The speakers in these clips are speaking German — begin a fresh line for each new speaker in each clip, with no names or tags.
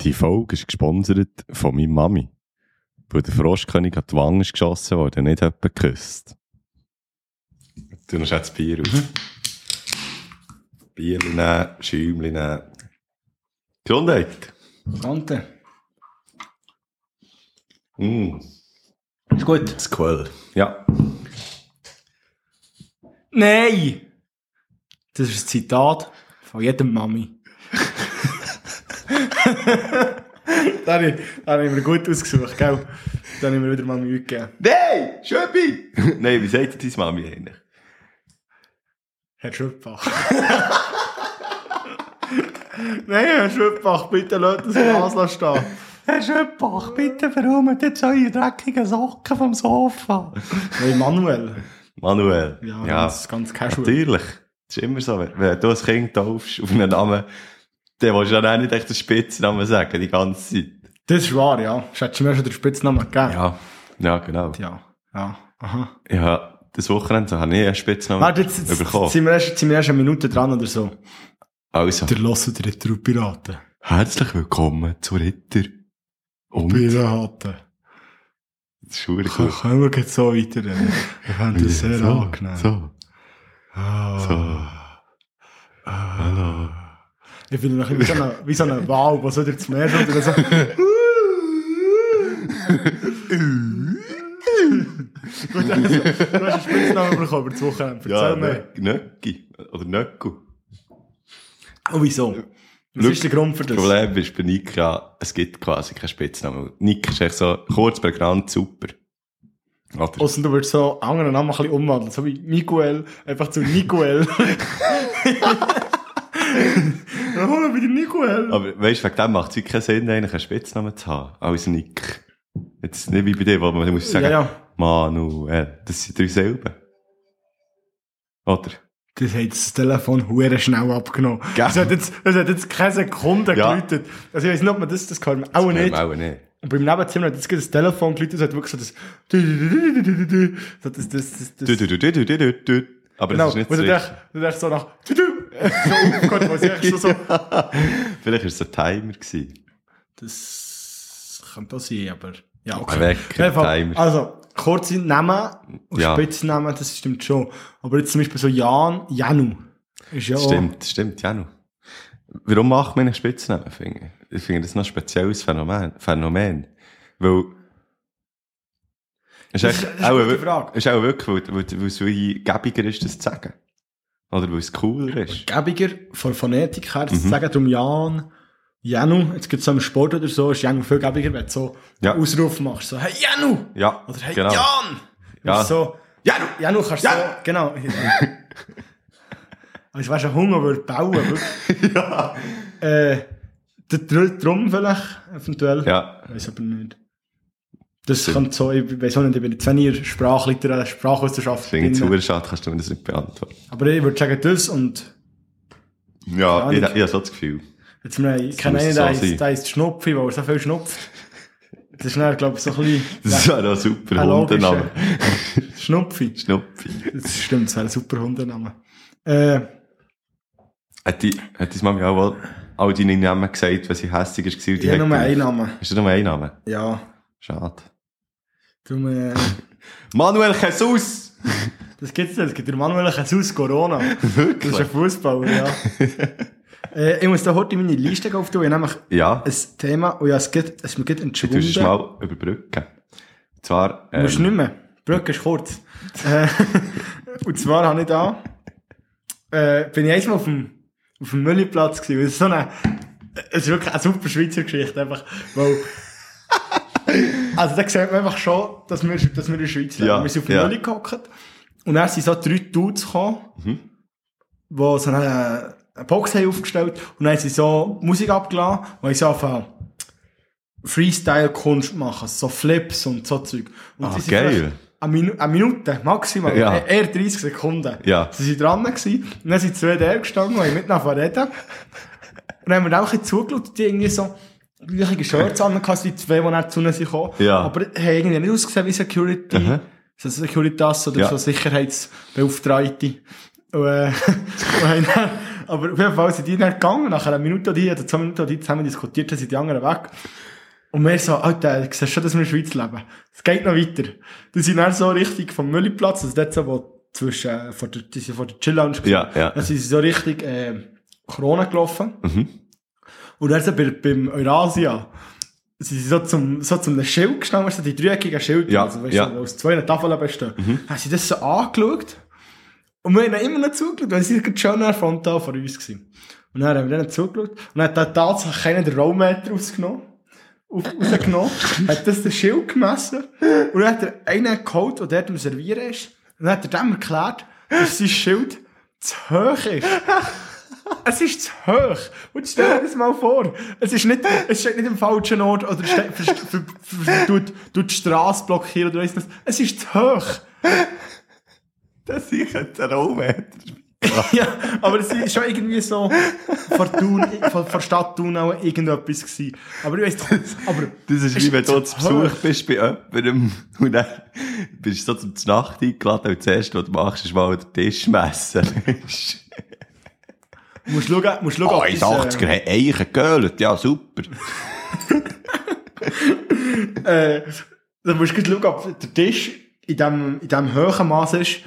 Die Folge ist gesponsert von meiner Mami. Weil der Froschkönig an die Wange ist geschossen wurde, nicht jemand geküsst. Mhm. Du nimmst jetzt Bier auf. Bier nehmen, Schäumchen nehmen. Gesundheit.
Kante.
Mm.
Ist gut.
Das Quell. Ja.
Nein! Das ist ein Zitat von jedem Mami. da habe ich, da habe ich mir gut ausgesucht, gell? Da habe ich mir wieder Mami gegeben.
Nein! Schöppi! Nein, wie sagt denn deine Mami eigentlich?
Herr Schöpfach. Nein, Herr Schöpfach, bitte lasst das Glas stehen.
Herr Schöpbach, bitte verräumt jetzt eure dreckigen Socken vom Sofa.
Nein, Manuel.
Manuel.
Ja, Ganz, ganz casual.
Natürlich. Das ist immer so. Wenn, wenn du ein Kind taufst auf einen Namen, dann willst du dann auch nicht echt den Spitznamen sagen, die ganze Zeit.
Das ist wahr, ja. Das hättest du mir schon den Spitznamen gegeben.
Ja. Ja, genau.
Ja. Ja. Aha.
Ja, das Wochenende habe ich einen Spitznamen
Warte, jetzt, jetzt
bekommen.
sind, wir erst, sind wir erst eine Minute dran oder so.
Also,
Der Loss oder der Truppiraten.
herzlich willkommen zu Ritter und
Piraten.
Das ist verdammt
K-
gut.
Können wir jetzt so weiter? Ich fände das sehr
so,
angenehm.
So,
Ah.
so. Hallo.
Ich bin noch ein bisschen wie so ein- wie so ein Wal, was so durch das Meer schaut oder so. Gut, also, du hast einen Spitznamen bekommen über das Wochenende. Erzähl
Ja,
mir.
Nö- Nöcki. Oder Nöcku.
Oh, wieso? Was
Schau,
ist der Grund für das?
Das Problem ist bei Nika, es gibt quasi keinen Spitznamen. Nika ist echt so kurz, prägnant, super. Oder?
Außer du würdest so anderen Namen ein bisschen umwandeln, so wie Miguel, einfach zu Niguel. Dann hol mal wieder Niguel.
Aber weißt du, wegen dem macht es keinen Sinn, eigentlich einen Spitznamen zu haben, als Nick. Jetzt nicht wie bei dir, wo man muss sagen,
Ja, ja.
Manuel, das sind drei Silben. Oder?
Das hat das Telefon hure schnell abgenommen.
Gell?
Das hat jetzt, das hat jetzt keine Sekunde
Ja.
geläutet. Also ich weiß nicht, ob man das, das kann man auch
Nein,
nicht.
Auch nicht.
Und beim Nebenzimmer hat jetzt gerade das Telefon geläutet, es hat wirklich so das, so das, das, das, das
Du, du, du, du, du, du, du. Aber
genau.
das ist
Und
nicht
du
so.
denkst, du denkst so nach, so aufgehört, weil es echt so, so,
Vielleicht war es ein Timer. Gewesen.
Das könnte auch sein, aber ja,
Ein
okay.
Wecker,
Auf jeden Fall.
Timer.
Also, kurze Namen und
Ja.
Spitznamen, das stimmt schon. Aber jetzt zum Beispiel so Jan, Janu. Ist ja auch-
Stimmt, stimmt, ja noch. Warum macht man einen Spitznamen? Finde ich? ich finde das ist noch ein spezielles Phänomen. Phänomen. Weil. Ist
Das
echt-
ist- das ist eine
auch
gute
wir-
Frage.
Ist auch wirklich, weil, weil, weil es wie gäbiger ist, das zu sagen. Oder weil es cooler ist.
Gäbiger von Phonetik her, das
Mhm.
sagen darum Jan, Janu. Jetzt gibt es so im Sport oder so, ist Janu viel gäbiger, wenn du so
Ja.
einen Ausruf machst. So, hey Janu!
Ja,
Oder hey
genau.
Jan!
Ja.
Und So,
Janu!
Janu kannst du
Janu!
so, genau. Also, weißt du, ein Hunger würde bauen, wirklich.
Ja.
Äh, der Dr- Drum vielleicht, eventuell.
Ja.
Weiß aber nicht. Das kommt so, ich weiß auch nicht, ich bin jetzt weniger Sprachliterar, Sprachwissenschaft.
Finde ich
drin.
zu schade, kannst du mir das nicht beantworten.
Aber ich würde sagen, das und
Ja,
Keine
ich, ich,
Ahnung.
habe so das Gefühl.
jetzt mir ich kenne
muss
einen,
so sein.
der heisst, der heisst Schnupfi, weil er so viel schnupft. Das ist dann, glaube ich, so ein
Das
bisschen.
ist auch ein super
Ein logischer.
Hundenname.
Schnupfi.
Schnuppi.
Das stimmt, das wäre ein super Hundename. Äh,
Hat die- hat deine Mami auch all, all deine Namen gesagt, wenn sie hässlich war?
ich habe nur einen Namen.
Hast du nur einen Namen?
Ja.
Schade.
Darum, äh,
Manuel Jesus!
das gibt's nicht. Es gibt den Manuel Jesus Corona. Das ist ein
Wirklich?
Fußballer, ja. äh, ich muss da heute meine Liste gehen aufnehmen. Ich habe nämlich
Ja, eh, du
ein Thema, und ja, es geht, es mir geht
musst es
entschwunden. Du
mal überbrücken. Und zwar, ähm,
musst nicht mehr. Die Brücke ist kurz. äh, und zwar habe ich da, äh, bin ich einmal auf dem, auf dem Mülliplatz gewesen. Es ist so eine, es ist wirklich eine super Schweizer Geschichte, einfach, weil, also da sieht man einfach schon, dass wir, dass wir in der Schweiz leben.
Ja,
wir sind auf dem
ja.
Mülli gehockt. Und dann sind so drei Dudes gekommen, die so eine, eine Box haben aufgestellt und dann haben sie so Musik abgeladen und haben so angefangen, Freestyle-Kunst machen, so Flips und so Zeug. Und
Ah,
sie sind
geil.
vielleicht Eine, Minu eine Minute, maximal,
Ja.
eh- eher 30 Sekunden.
Ja.
Sie sind dran gewesen, und dann sind zwei da gestanden und haben miteinander angefangen zu reden. Und dann haben wir dann auch ein bisschen zugeschaut, und die irgendwie so gleiche Shirts an, also die zwei, die dann zu uns kamen.
Ja.
Aber haben irgendwie nicht ausgesehen wie Security,
Mhm.
so Securitas oder
Ja.
so Sicherheitsbeauftragte. Und, äh, und haben dann, Aber auf jeden Fall sind die dann gegangen, nach einer Minute oder die, oder zwei Minuten oder die zusammen diskutiert, dann sind die anderen weg. Und wir so, Alter, du siehst schon, dass wir in der Schweiz leben. Es geht noch weiter. Die sind dann so richtig vom Mülliplatz, also dort so, wo zwischen, äh, vor der, die sind vor der Chill-Lounge gewesen.
Ja, ja.
Dann sind sie so richtig, äh, Corona gelaufen.
Mhm.
Und dann so bei, beim Eurasia, sie sind so zum, so zum einem Schild gestanden, so die dreieckigen Schilder,
Ja,
also, weißt
ja. Mhm.
du, aus zwei Tafeln bestehen. Haben sie das so angeschaut? Und wir haben ihnen immer noch zugeschaut, weil sie gerade schon nach frontal vor uns gewesen. Und dann haben wir ihnen zugeschaut. Und dann hat der tatsächlich keiner den Rollmeter rausgenommen. Auf, rausgenommen. hat das den Schild gemessen. Und dann hat er einen geholt, der dort am Servieren ist. Und dann hat er dem erklärt, dass sein Schild zu hoch ist. Es ist zu hoch. Und stell dir das mal vor. Es ist nicht, es steht nicht im falschen Ort oder steht, ver, ver, ver, tut, tut die Straße blockieren oder weiss nicht. Es ist zu hoch.
Das ist ein Rollmeter.
Ja, aber es war schon irgendwie so vor, Thun, vor, vor Stadt Thun auch irgendetwas gewesen. Aber ich weiss doch, aber
Das ist
Es
wie wenn du
zu
zu Besuch bist bei jemandem und dann bist du so zum Nacht nou eingeladen und das erste, was du machst, ist mal den Tisch messen.
du musst schauen, musst schauen,
oh,
ob das,
1,80er hat Eichen gehöhlt. Ja, super.
äh, äh, dann musst du gleich schauen, ob der Tisch in dem, in dem hohen Maß ist,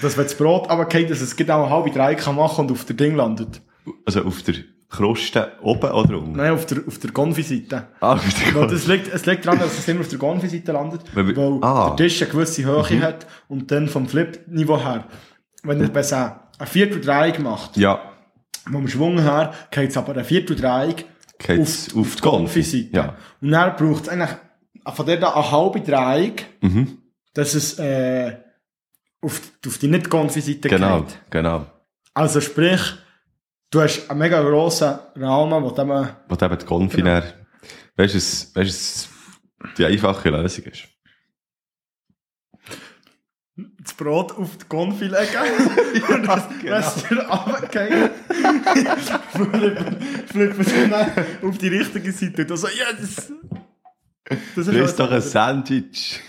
dass wenn das Brot runterfällt, dass es genau halbe drei kann machen und auf der Ding landet.
Also auf der Kruste oben oder unten?
Nein, auf der, auf der Konfiseite.
Ah, auf der
Ja,
Kruste.
das liegt, es liegt daran, dass es immer auf der Gonfi-Seite landet,
Weil
weil,
wir- ah. Mhm.
der Tisch eine gewisse Höhe hat und dann vom Flip-Niveau her, wenn er besser ein Vierteldreieck macht,
Ja,
vom Schwung her, geht es aber ein Vierteldreieck
Geht's auf die
Gonfi-Seite.
Ja.
Und dann braucht es eigentlich von der da eine halbe Dreieck,
mhm.
dass es äh, auf, die- auf die Nicht-Gonfi-Seite
genau,
geht.
genau.
Also sprich, du hast einen mega grossen Rahmen, wo du eben
Wo du eben die Konfi
Genau.
genau. weißt du, es- weisst du, es die einfache Lösung ist.
das Brot auf die Konfi legen und das,
genau.
das dir runtergehen. flippen, flippen es dann auf die richtige Seite und dann so, yes! Das
Du isst
alles-
doch ein Sandwich.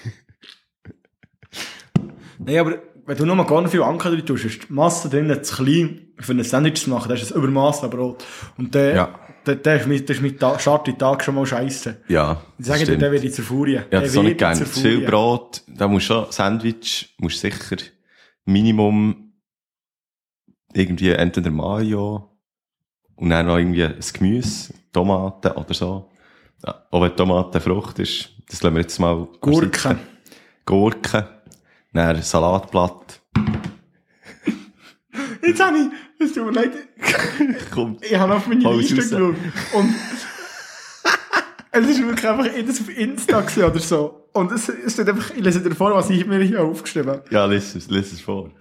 Nein, aber wenn du nur Konfi und Anker drin tust, ist die Masse drinnen zu klein, für ein Sandwich zu machen, das ist ein Übermaß an Brot. Und der,
Ja.
der, der ist mit, der ist mit Ta- Start in den Tag schon mal scheiße.
Ja,
Ich sage dir,
stimmt.
der wird ich zur Furie.
Ja,
Der
das auch nicht
wird
gerne.
zur
Zu viel
Furie.
Brot, da musst du schon Sandwich, musst sicher Minimum irgendwie entweder Mayo und dann noch irgendwie ein Gemüse, Tomaten oder so. Ja, auch wenn Tomate Frucht ist, das lassen wir jetzt mal
Gurken.
Gurken, dann Salatblatt,
Jetzt habe ich, es tut mir leid,
kommt
ich habe auf meine
Alles
Liste
raus.
geschaut. Und es ist wirklich einfach jedes auf Insta gewesen oder so. Und es, es steht einfach, ich lese dir vor, was ich mir hier aufgeschrieben habe.
Ja, lies es, lies es vor.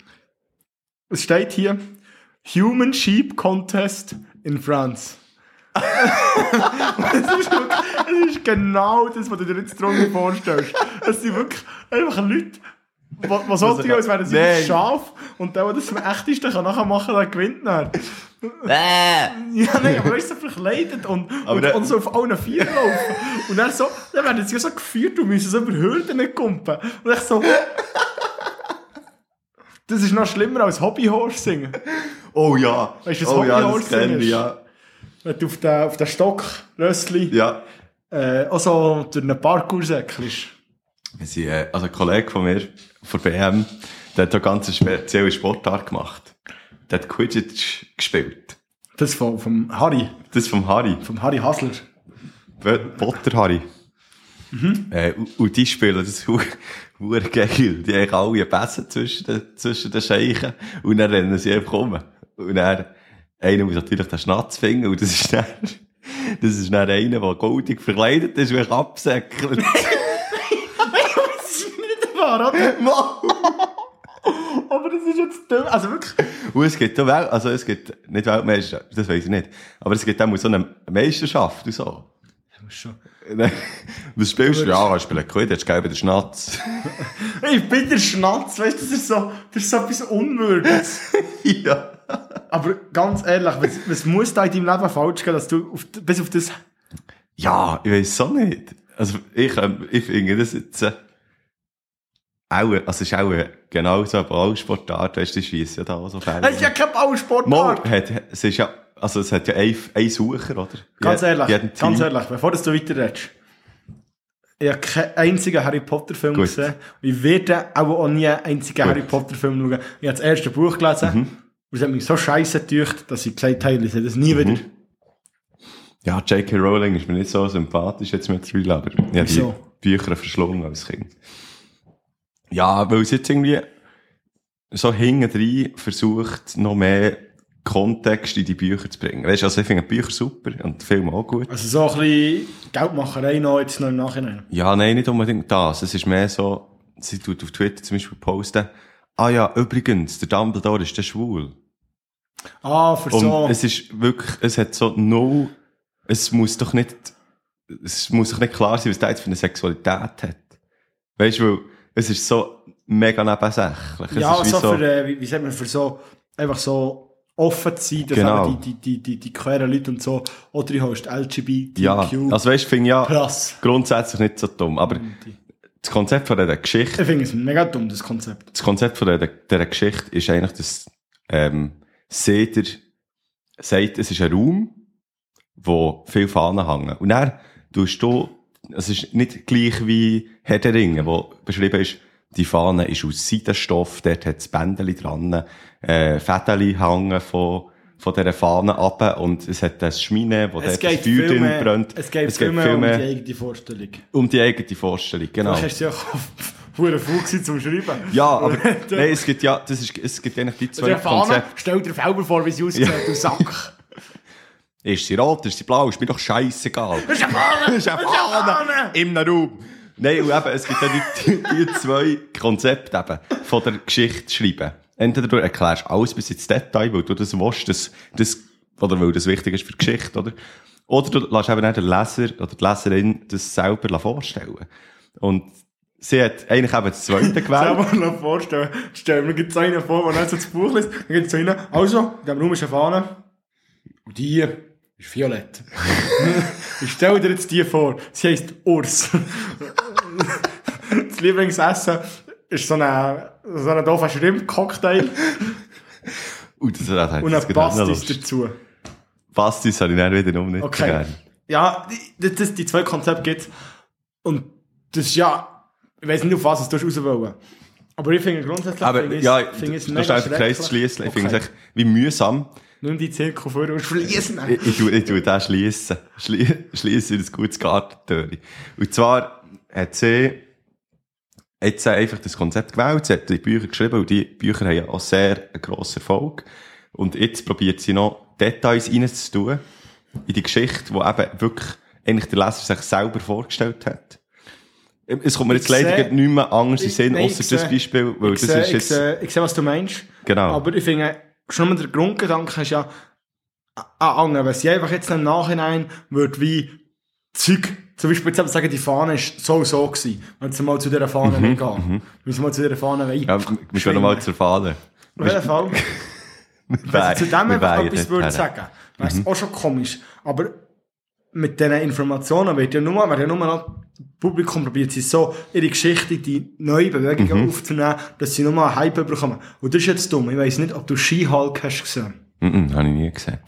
Es steht hier, Human Sheep Contest in France. es, ist wirklich, es ist genau das, was du dir jetzt drunter vorstellst. Es sind wirklich einfach Leute, was, was sollte ich als wären sie
Nein.
ein Schaf und der, der das am echtesten kann nachher machen, der gewinnt dann.
Äh!
Ja, nein, aber er ist so verkleidet und,
Aber
und,
der-
und so auf allen vier laufen. Und dann so, dann werden sie so geführt und müssen so über Hürden kumpen. Und ich so. Das ist noch schlimmer als Hobbyhorse singen.
Oh ja,
Weißt du, was
oh ja, das
Hobbyhorse
kenne
ist?
ich, ja.
Wenn du auf den, auf den Stock Rössli
ja.
äh, auch so durch einen Parkour säckelst.
Wir sind, äh, also ein Kollege von mir, von BM, der hat da ganz eine spezielle Sportart gemacht. Der hat Quidditch gespielt.
Das vom, vom Harry,
Das vom Harry,
vom Harry Hasler.
B- Potter Harry.
Mhm.
Äh, und- und die spielen das Huhr geil. Die haben alle Pässe zwischen den, zwischen den Scheichen und dann rennen sie einfach um. Und dann, einer muss natürlich den Schnatz finden und das ist dann, das ist dann einer, der goldig verkleidet ist, wie absäckelt.
das ist nicht wahr, oder? Aber das ist jetzt dumm. Also wirklich.
Und es gibt auch Wel also es gibt nicht Weltmeister, das weiß ich nicht, aber es gibt auch mal so eine Meisterschaft und so.
Ich muss schon.
Was spielst du? Ja, ich spiele Quidditch, gell, bei der Schnatz.
Ich bin der Schnatz, weißt du, das ist so, das ist so etwas Unwürdiges.
ja.
Aber ganz ehrlich, was, was muss da in deinem Leben falsch gehen, dass du auf, bis auf das...
Ja, ich weiß auch nicht. Also ich, ähm, ich finde das jetzt... Äh, auch, also es ist auch genau so eine Ballsportart, weißt du, die schiessen ja da auch so Fälle.
Das ist ja kein
Mal,
Ballsportart.
hat, es ist ja, also es hat ja ein, ein Sucher, oder?
Ganz
Je-
ehrlich,
jeden
ganz
Team.
ehrlich, bevor du weiterredest. Ich habe keinen einzigen Harry Potter Film
Gut.
gesehen. Und ich werde auch, auch nie einen einzigen
Gut. Mhm.
Harry Potter Film schauen. Ich habe das erste Buch gelesen. Und es hat mich so scheiße getücht, dass ich gesagt habe, ich lese das
Mhm.
nie wieder.
Ja, J.K. Rowling ist mir nicht so sympathisch jetzt mittlerweile, aber ich habe die
Wieso?
Bücher verschlungen als Kind. Ja, weil es jetzt irgendwie so hintendrein versucht, noch mehr Kontext in die Bücher zu bringen. Weißt du, also ich finde die Bücher super und die Filme auch gut.
Also so ein bisschen Geldmacherei noch jetzt noch im Nachhinein.
Ja, nein, nicht unbedingt das. Es ist mehr so, sie tut auf Twitter zum Beispiel posten, ah ja, übrigens, der Dumbledore ist der schwul.
Ah, für
Und
so.
es ist wirklich, es hat so null, es muss doch nicht, es muss doch nicht klar sein, was der jetzt für eine Sexualität hat. Weißt du, weil es ist so mega nebensächlich. Es
ja,
ist wie
so, für, äh, wie, wie sagt man, für so, einfach so offen zu sein, dass
Genau.
eben die, die, die, die, die queeren Leute und so, oder ich hast LGBTQ
ja, also weißt du, ich finde ja
plus.
grundsätzlich nicht so dumm, aber das Konzept von dieser Geschichte,
Ich finde es mega dumm, das Konzept.
das Konzept von dieser, dieser Geschichte ist eigentlich, dass ähm, Seder sagt, es ist ein Raum, wo viele Fahnen hängen. Und dann tust du, es ist nicht gleich wie Herr der Ringe, wo beschrieben ist, die Fahne ist aus Seidenstoff, dort hat es Bändchen dran, äh, Fädeli hängen von, von dieser Fahne ab und es hat das Schmine, wo
Es
dort das Feuer
geht, viel
drin
mehr,
brennt.
es geht viel mehr um die
um
eigene Vorstellung.
die, eigene Vorstellung, genau.
Du hast ja auch verdammt faul gewesen zum Schreiben.
Ja, aber nein, es gibt ja, das ist, es gibt eigentlich die zwei
Der Fahne,
Konzepte.
stell dir selber vor, wie sie aussieht, du Sack.
Ist sie rot, ist sie blau, ist mir doch scheißegal.
Das ist eine Fahne!
ist eine Fahne im Raum. Nein, und eben, es gibt ja die, die, die zwei Konzepte eben von der Geschichte zu schreiben. Entweder du erklärst alles bis ins Detail, weil du das willst, das, das, oder weil das wichtig ist für die Geschichte, oder? Oder du lässt eben auch den Leser oder die Leserin das selber vorstellen. Und sie hat eigentlich eben das zweite gewählt.
Selber noch vorstellen. Stell mir jetzt einen vor, der nicht so das Buch liest. Dann gibt es einen. Also, in diesem Raum ist eine Fahne. Und die ist violett. ich stell dir jetzt die vor. Sie heisst Urs. das Lieblingsessen ist so ein, so ein doofer Schrimp-Cocktail
Und das genau hat
und ein Pastis dazu.
Pastis habe ich dann wiederum nicht so
Okay.
gerne.
Ja, die, das, das, die zwei Konzepte gibt Und das ist ja, ich weiß nicht, auf was es du auswählen Aber ich finde grundsätzlich,
Aber
finde ich-
ja,
finde ich
das
es
ist
mega
einfach Kreis zu
schrecklich.
schliessen. Ich finde es
Okay.
echt wie mühsam.
Nimm die Zirkel vor und schließen.
Ich, ich, tue- ich tue den schliessen. Schlie schliessen in ein gutes Gartentür. Und zwar hat sie jetzt einfach das Konzept gewählt. Sie hat die Bücher geschrieben und die Bücher haben ja auch sehr einen grossen Erfolg. Und jetzt probiert sie noch Details reinzutun in die Geschichte, wo eben wirklich eigentlich der Leser sich selber vorgestellt hat. Es kommt mir jetzt
Ich
leider
sehe-
gerade nicht mehr anders in
Ich-
den Sinn,
nein, ich
außer das
sehe-
Beispiel, weil
ich,
das
sehe,
ist
ich,
jetzt...
sehe, ich sehe, was du meinst.
Genau.
Aber ich finde, schon mal der Grundgedanke ist ja an anderen. Wenn sie einfach jetzt im Nachhinein würde wie Zeug, zum Beispiel jetzt eben sagen, die Fahne ist so so gewesen. Wenn sie mal zu dieser Fahne mhm, gehen. Müssen wir mal zu dieser Fahne rein.
Ja, wir können mal zur Fahne.
Auf jeden Fall. Wenn sie Also zu dem einfach etwas würde sagen, wäre
Mhm.
es auch schon komisch. Aber mit diesen Informationen wird ja nur, wird ja nur noch das Publikum probiert, sie so ihre Geschichte, die neue
Mhm.
Bewegungen aufzunehmen, dass sie nur mal einen Hype bekommen. Und das ist jetzt dumm. Ich weiss nicht, ob du Ski-Hulk hast gesehen.
Mhm, habe ich nie gesehen.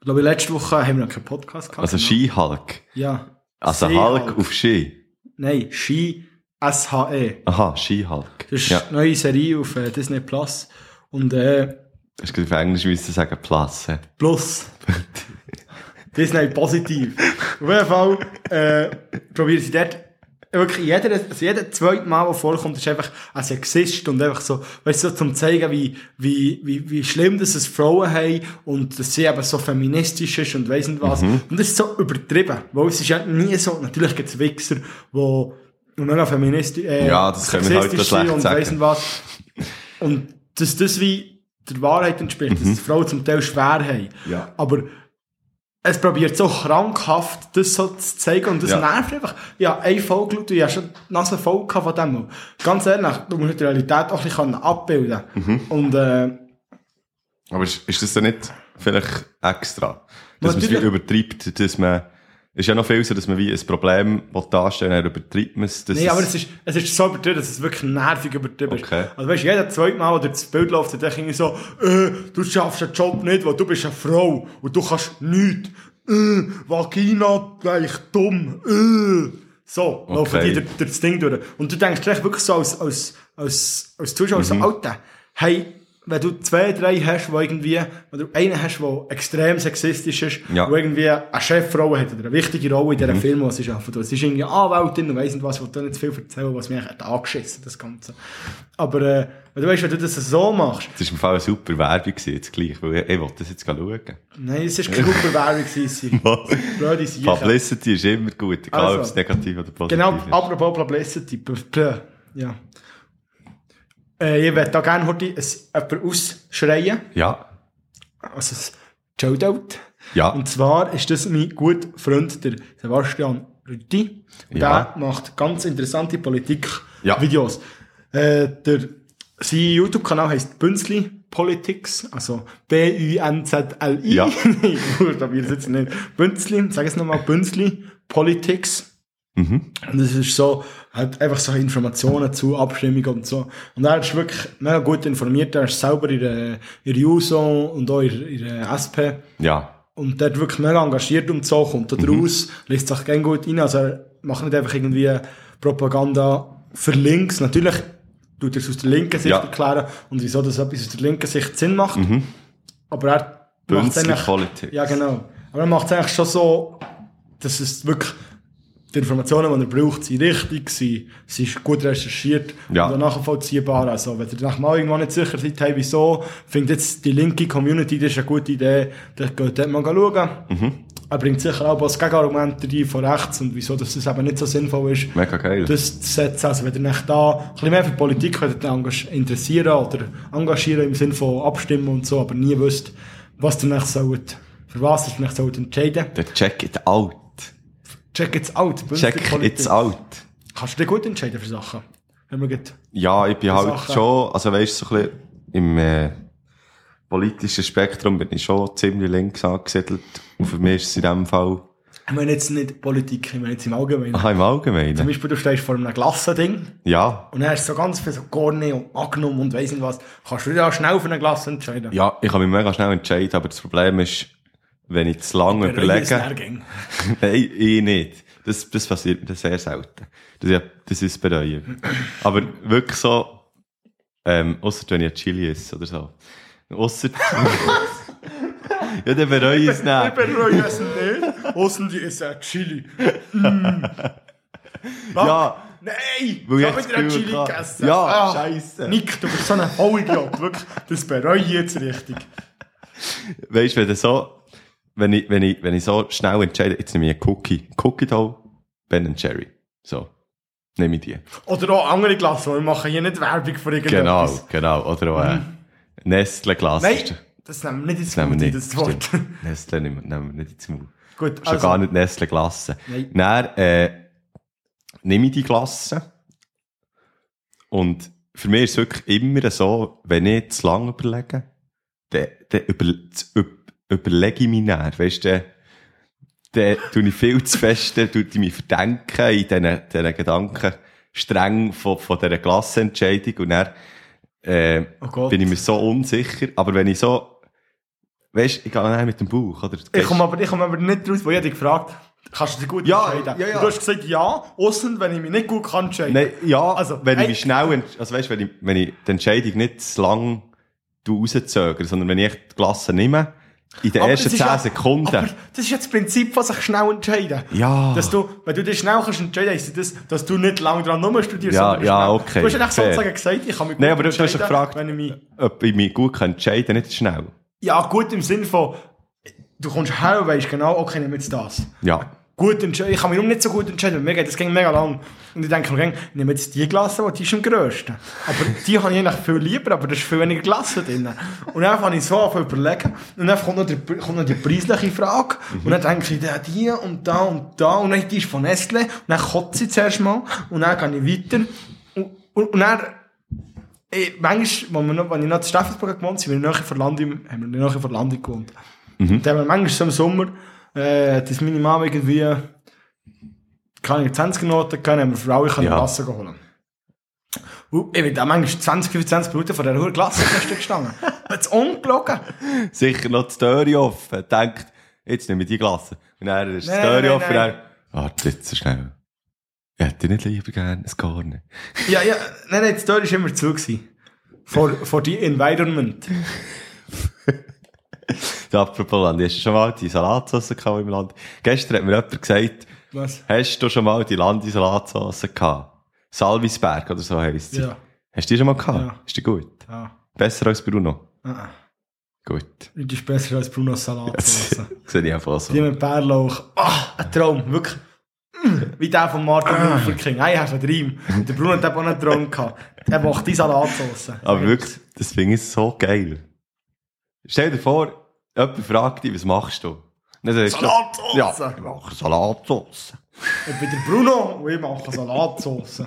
Ich glaube, letzte Woche haben wir noch keinen Podcast gehabt.
Also
genau.
Skihulk.
Ja.
Also
Seehulk.
Hulk auf Ski.
Nein, Ski SHE.
Aha, Skihulk.
Das ist
Ja,
eine neue Serie auf äh, Disney Plus. Und äh,
das ist auf Englisch müssen sagen Plus. hä?
Plus. Disney positiv. Auf jeden Fall äh, probieren sie dort wirklich jeder, also jeder zweite Mal, der vorkommt, ist einfach ein Sexist und einfach so, weißt du, so zum zeigen, wie, wie, wie, wie schlimm dass es Frauen haben und dass sie eben so feministisch ist und weiss nicht was.
Mhm.
Und das ist so übertrieben, weil es ist ja nie so, natürlich gibt es Wichser, die mega feministisch äh,
Ja, das können wir halt
sexistisch
schlecht
sind und
sagen.
weiss nicht was. Und dass das dus wie der Wahrheit entspricht, dass die Frauen zum Teil schwer haben.
Mhm. Ja.
Aber es probiert so krankhaft, dus das so zu zeigen und das
Ja.
nervt einfach. Ja, eine Folge geschaut und ich habe schon die Nase voll gehabt von dem. Ganz ehrlich, du musst die Realität auch ein bisschen abbilden
Mhm.
können. Und äh,
Aber ist, ist das dann nicht vielleicht extra? Dass man es wie
Natürlich.
übertreibt, dass man Ist ja noch viel so, dass man wie ein Problem will darstellen will, dann übertreibt man Dus es. dass
Nein, aber
es-
es ist, es ist so übertrieben, dass es wirklich nervig übertrieben ist.
Okay.
Also weißt du, jeder zweite Mal, der das Bild läuft, der denkt irgendwie so, äh, du schaffst den Job nicht, weil du bist eine Frau und du kannst nichts. Äh, Vagina gleich dumm. Äh. So, laufen
Okay.
die durch, durch das Ding durch. Und du denkst gleich wirklich so als, als, als, als Zuschauer, so, Alter, hey, wenn du zwei, drei hast, die irgendwie, wenn du einen hast, der extrem sexistisch ist,
Ja.
wo irgendwie eine Chefrolle hat oder eine wichtige Rolle in dieser Film, die sie arbeiten. Es ist irgendwie Anwältin und weiss nicht was, ich will da nicht zu viel erzählen, was mich eigentlich hat angeschissen das Ganze. Aber äh, wenn du weißt, wenn du das so machst,
Das war im Fall eine super Werbung, gewesen, jetzt gleich, weil ich, ich wollte das jetzt schauen.
nein, es ist keine Werbung gewesen. Blöde Siechen.
Publicity ist immer gut, egal
Also.
ob es negativ oder positiv
Genau,
ist.
apropos Publicity. b- b- Ja. Äh, ich würde da gerne heute ein- jemanden ausschreien.
Ja,
Also ein Shoutout.
ja.
Und zwar ist das mein guter Freund, der Sebastian Rütti. Und
Ja.
Der macht ganz interessante
Ja.
Politik-Videos. Äh, der, sein YouTube-Kanal heisst Bünzli Politics, also B-U-N-Z-L-I.
Ja.
ich buchstabiere es jetzt nicht. Bünzli, sag es nochmal, Bünzli Politics.
Mhm.
Und es ist so, hat einfach so Informationen zu Abstimmungen und so. Und er ist wirklich mega gut informiert, er ist selber in der, in der USO und auch in der, in der SP
Ja,
und der wirklich mega engagiert um und so, kommt da draus, lässt sich gerne gut rein, also er macht nicht einfach irgendwie Propaganda für links, natürlich tut er es aus der linken Sicht
Ja.
erklären und wieso das etwas aus der linken Sicht Sinn macht, aber er macht
Bünzli Politics.
ja genau, aber er macht es eigentlich schon so, dass es wirklich die Informationen, die er braucht, sind richtig, sie, sie ist gut recherchiert
Ja.
und auch nachvollziehbar. Also, wenn ihr nach mal irgendwann nicht sicher seid, hey, wieso, findet jetzt die linke Community, das ist eine gute Idee, dann geht dort mal schauen.
Mhm.
Er bringt sicher auch das Gegenargument rein von rechts und wieso dass das eben nicht so sinnvoll ist.
mega geil.
Das zu setzen, also wenn ihr euch da ein bisschen mehr für Politik könntet engag- interessieren oder engagieren im Sinne von abstimmen und so, aber nie wisst, was ihr euch sollt, für was ihr euch sollt entscheiden.
Der check it out.
Check it's out. Bünzli
Check
Politik.
it's out.
Kannst du dich gut entscheiden für Sachen? Wenn wir gut.
Ja, ich bin halt
Sachen.
schon, also weißt du, so ein bisschen im äh, politischen Spektrum bin ich schon ziemlich links angesiedelt. Und für mich ist es in dem Fall,
Ich meine jetzt nicht Politik, ich meine jetzt im Allgemeinen.
ah, im
Zum
Allgemeinen.
Beispiel, du stehst vor einem Glassending
Ja,
und dann hast du so ganz viel so Gorne und Magnum und weiss nicht was. Kannst du dich da schnell für eine Glasse entscheiden?
ja, ich kann mich mega schnell entscheiden, aber das Problem ist, wenn ich zu lange überlege,
Überlegen.
Nein, ich nicht. Das, das passiert mir sehr selten. Das, ja, das ist bereuen. Aber wirklich so, ähm, ausser wenn ich Chili esse oder so. Ausser. ja, dann bereue ich es
Ich
nicht.
bereue es nicht. Aussen die ist ein Chili.
Ja,
Nein! Ich
Weil ich
habe
echt
wieder ein
Gefühl
Chili
hatte.
gegessen.
Ja, scheisse.
Nick, du bist so ein Vollidiot. Wirklich, das bereue ich jetzt richtig.
weißt du, wenn du so, wenn ich, wenn ich, wenn ich so schnell entscheide, jetzt nehme ich einen Cookie. Cookie Dough, Ben Jerry. So. Nehme ich die.
Oder auch andere Glassen, weil wir machen hier nicht Werbung für irgendetwas.
Genau, genau. Oder auch, äh, Nestle-Glas.
Nein, das nehmen wir nicht ins
Nehmen wir
Gute,
nicht.
das Wort.
Stimmt. Nestle nehmen wir- nehmen wir nicht ins Maul.
Gut,
Schon gar nicht Nestle Glasse.
Also- Nein.
Dann äh, nehme ich die Glasse. Und für mich ist es wirklich immer so, wenn ich zu lange überlege, dann, dann über, z- üb- überlege ich mich näher. Weißt du, dann tue ich viel zu fest, dann tue ich mich verdenken in diesen, diesen Gedanken streng von, von dieser Glassenentscheidung. Und dann äh,
Oh Gott.
bin ich mir so unsicher. Aber wenn ich so, weißt du, ich gehe dann mit dem Bauch, oder?
Ich komme aber, ich komme aber nicht raus, weil ich dich gefragt kannst du dich gut
Ja,
entscheiden?
ja, ja.
Und Du hast gesagt ja, außer wenn ich mich nicht gut kann entscheiden
Nein, ja,
Also,
wenn ich
ey-
mich schnell, ent- also weißt, wenn ich, wenn ich die Entscheidung nicht zu lang rauszögere, sondern wenn ich echt die Glasse nehme, in den
Aber
ersten
das ist
10
ja-
Sekunden.
Aber das ist ja das Prinzip, was sich schnell entscheiden.
Ja.
Dass du, wenn du dich schnell kannst entscheiden kannst, das, dass du nicht lange dran rumstudierst.
Ja,
sondern
ja,
schnell.
okay,
Du hast ja nicht
fair.
sozusagen gesagt, ich kann mich gut
Nein, aber du, du hast
entscheiden,
ja gefragt,
wenn ich mich,
ob ich mich gut kann entscheiden kann, nicht zu schnell.
ja, gut im Sinn von, du kommst her und weißt genau, okay, nehmen wir jetzt das.
Ja.
gut entscheiden. Ich kann mich darum nicht so gut entscheiden. Mir geht, das ging mega lang. Und ich denke mir, gern, ich nehme jetzt die Glasse, weil die ist am grössten. Aber die habe ich eigentlich viel lieber, aber da ist viel weniger Glasse drin. Und dann fange ich so an zu überlegen. Und dann kommt noch die, kommt noch die preisliche Frage. Und dann denke ich, da, die und da und da. Und dann die ist von Nestle. Und dann kotze ich zuerst mal. Und dann gehe ich weiter. Und, und, und dann, ey, manchmal, wenn, wir noch, wenn ich noch zu Steffensburg gewohnt habe, sind wir nachher vor Landung, haben wir nachher vor Landung gewohnt. Und dann haben wir manchmal so im Sommer äh, dass meine Mama irgendwie, keine Ahnung, 20 Noten können, haben wir für alle können
Ja.
Wasser holen. Und ich bin da manchmal 20, 25 Minuten vor dieser hohen Glaskiste gestanden. Jetzt ungelogen.
Sicher noch die Tür offen. Denkt, jetzt nehme ich die Glasse. Und dann ist die
Nein,
Tür
nein,
offen. und
nein.
Dann, warte jetzt so schnell. Ich hätte dich nicht lieber gern, es gar nicht.
Ja, ja, nein, nein, die Tür war immer zu. Gewesen. Vor, vor die Environment.
Du, Apropos Land, hast du schon mal die Salatsauce gehabt im Land? Gestern hat mir jemand gesagt,
Was?
hast du schon mal die Landisalatsauce gehabt? Salvisberg oder so heisst sie.
Ja.
Hast du die schon mal gehabt?
Ja.
Ist die gut?
Ah,
Besser als Bruno?
ah.
Gut.
Nichts ist besser als Bruno Salat.
Das
Ja,
sehe ich einfach so.
Die mit Bärlauch. Ah, ein Traum, wirklich. Mm, Wie der von Martin
Ah.
Luther King. I have a dream. Und der Bruno hat eben auch einen Traum gehabt. Er macht die Salatsauce.
Aber wirklich, das finde ich so geil. Stell dir vor, jemand fragt dich, was machst du? Dann sagst du,
Salatsauce.
Ja, ich mache Salatsauce.
Ich bin der Bruno und ich mache Salatsauce.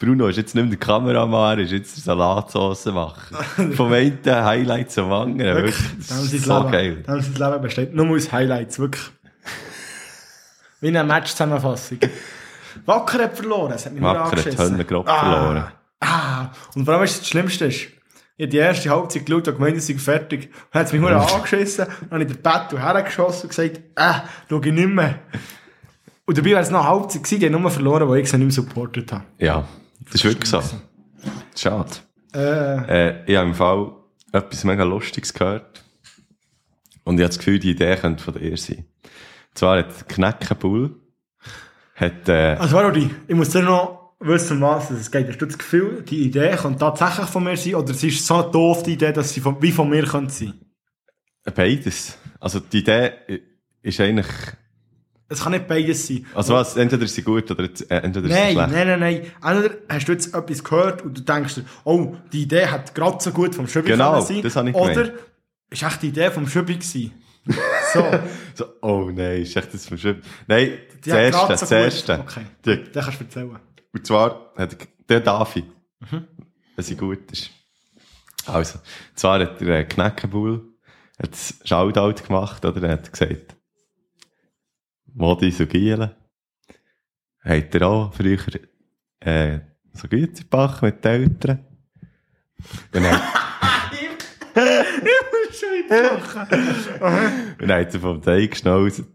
Bruno ist jetzt nicht mehr der Kameramann, er ist jetzt der Salatsauce machen. Vom einen Highlight zum anderen. Wirklich,
Wirklich.
das
Das
ist
ist
so
Leben.
geil.
Das ist Leben besteht. Nur aus Highlights, wirklich. Wie eine Match-Zusammenfassung. Wacker hat verloren, das hat mich nur
Wacker hat
angeschissen.
höllengrob
ah,
verloren.
Ah. Und vor allem ist das Schlimmste ist, ich habe die erste Halbzeit geschaut und gemeint, ich sei fertig. Dann hat es mich nur angeschissen, dann habe ich den Bett hergeschossen und gesagt, äh, schau ich nicht mehr. Und dabei wäre es noch Halbzeit gewesen, die haben nur verloren, weil ich sie nicht mehr supportet habe.
Ja, das ist wirklich so. Schade.
Äh,
Äh, ich habe im Fall etwas mega Lustiges gehört. Und ich habe das Gefühl, die Idee könnte von dir sein. Und zwar hat Kneckenbull hat, äh,
Also Rodi, ich muss dir noch wissen, um was es geht. Hast du das Gefühl, die Idee könnte tatsächlich von mir sein oder es ist so eine doof die Idee, dass sie von, wie von mir könnte sein?
beides. Also die Idee i- ist eigentlich...
Es kann nicht beides sein.
Also was, entweder ist sie gut oder äh, entweder ist sie
Nein,
schlecht.
nein, nein, nein. Entweder hast du jetzt etwas gehört und du denkst dir, oh, die Idee hat gerade so gut vom Schübbi
Genau,
können sein.
das habe ich
Oder
gemeint.
ist echt die Idee vom Schübbi gewesen. So,
So, oh nein, ist echt das verschwimmt. Nein,
die
das
hat
erste,
gerade so
das
gut-
erste.
Okay,
Die-
den kannst du erzählen.
Und zwar hat der Davi, dass sie gut ist. Also, und zwar hat der äh, Kneckenbull hat das Shoutout gemacht, oder? Er hat gesagt, Modi so gielen. Hat er auch früher äh, so gut gebacken mit den Eltern. Und dann, Und dann hat sie vom Teig geschnauzt. Und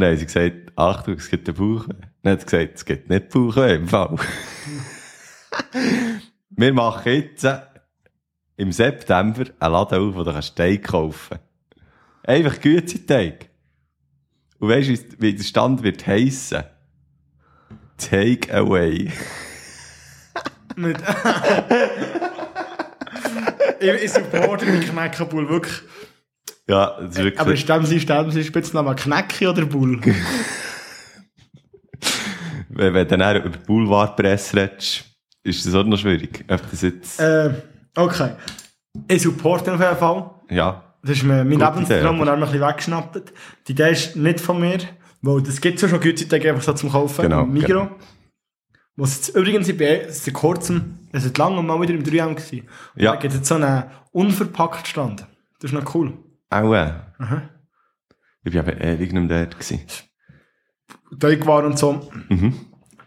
dann haben sie gesagt, Achtung, es gibt einen Bauchweh. Dann hat sie gesagt, es gibt nicht Bauchweh im Fall. Wir machen jetzt äh, im September einen Laden auf, wo du kannst Teig kaufen Einfach gute Teig. Und weißt du, wie der Stand wird heissen? Take away.
Mit ich, ich supporte die Knäckebull wirklich.
Ja, das ist wirklich...
Aber ist dem sein, dem sein Spitzname Knäcki oder Bull?
wenn, wenn du dann über die Boulevardpresse redest, ist das auch noch schwierig. Ob das jetzt...
äh, okay. Ich supporte ihn auf jeden Fall.
Ja.
Das ist mir mein
Gute
Lebenstraum
Idee,
und er hat mich ein bisschen weggeschnappt. Die Idee ist nicht von mir, weil das gibt es ja schon gute Tage einfach so zum Kaufen
Genau,
im Migros. Was jetzt, übrigens, ich bin eh seit kurzem, es hat lange mal wieder im 3M gewesen. Und
Ja.
Da gibt es jetzt so einen unverpackt Stand. Das ist noch cool.
Auch äh,
Aha.
Ich war eben ewig nicht mehr dort. Gewesen.
Teigwaren und so.
Mhm.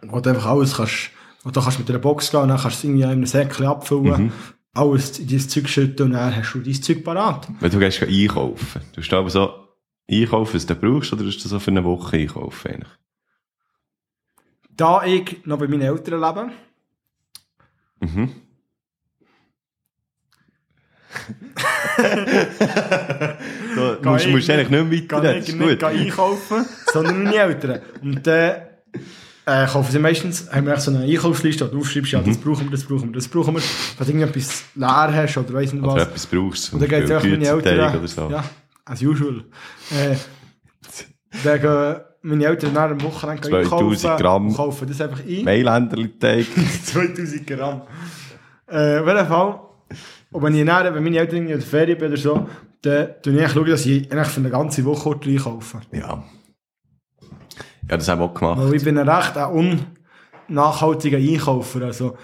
Wo du einfach alles kannst. Und dann kannst du mit einer Box gehen und dann kannst du es irgendwie in einem Säckchen abfüllen.
Mhm.
Alles in dein Zeug schütten und dann hast du dein Zeug parat.
Wenn du gehst einkaufen, du stehst aber so einkaufen, was du brauchst, oder ist das so für eine Woche einkaufen eigentlich?
Da ich noch bei meinen Eltern lebe,
Mhm. so, du musst,
ich
musst eigentlich nicht mehr
gehe ich
weiterreden,
nicht
ist
gehen
gut.
einkaufen, sondern meine Eltern. Und dann äh, kaufen sie meistens, haben wir echt so eine Einkaufsliste, wo du aufschreibst, ja, das brauchen wir, das brauchen wir, das brauchen wir. Wenn du irgendetwas leer hast oder weiss nicht
Oder
was.
etwas brauchst,
Und dann geht es einfach meine Eltern.
oder so.
Ja, as usual. Äh, dann gehen meine Eltern nach einem Wochenende
2000 Gramm.
und kaufen das einfach ein.
Mailänderli-Teig.
2000 Gramm. Äh, auf jeden Fall. Und wenn ich nachher, wenn meine Eltern irgendwie in der Ferien bin oder so, dann schaue ich, eigentlich, dass ich eigentlich für eine ganze Woche dort einkaufe.
ja. Ja, das haben wir auch gemacht.
Weil ich bin ein recht ein unnachhaltiger Einkaufer. Also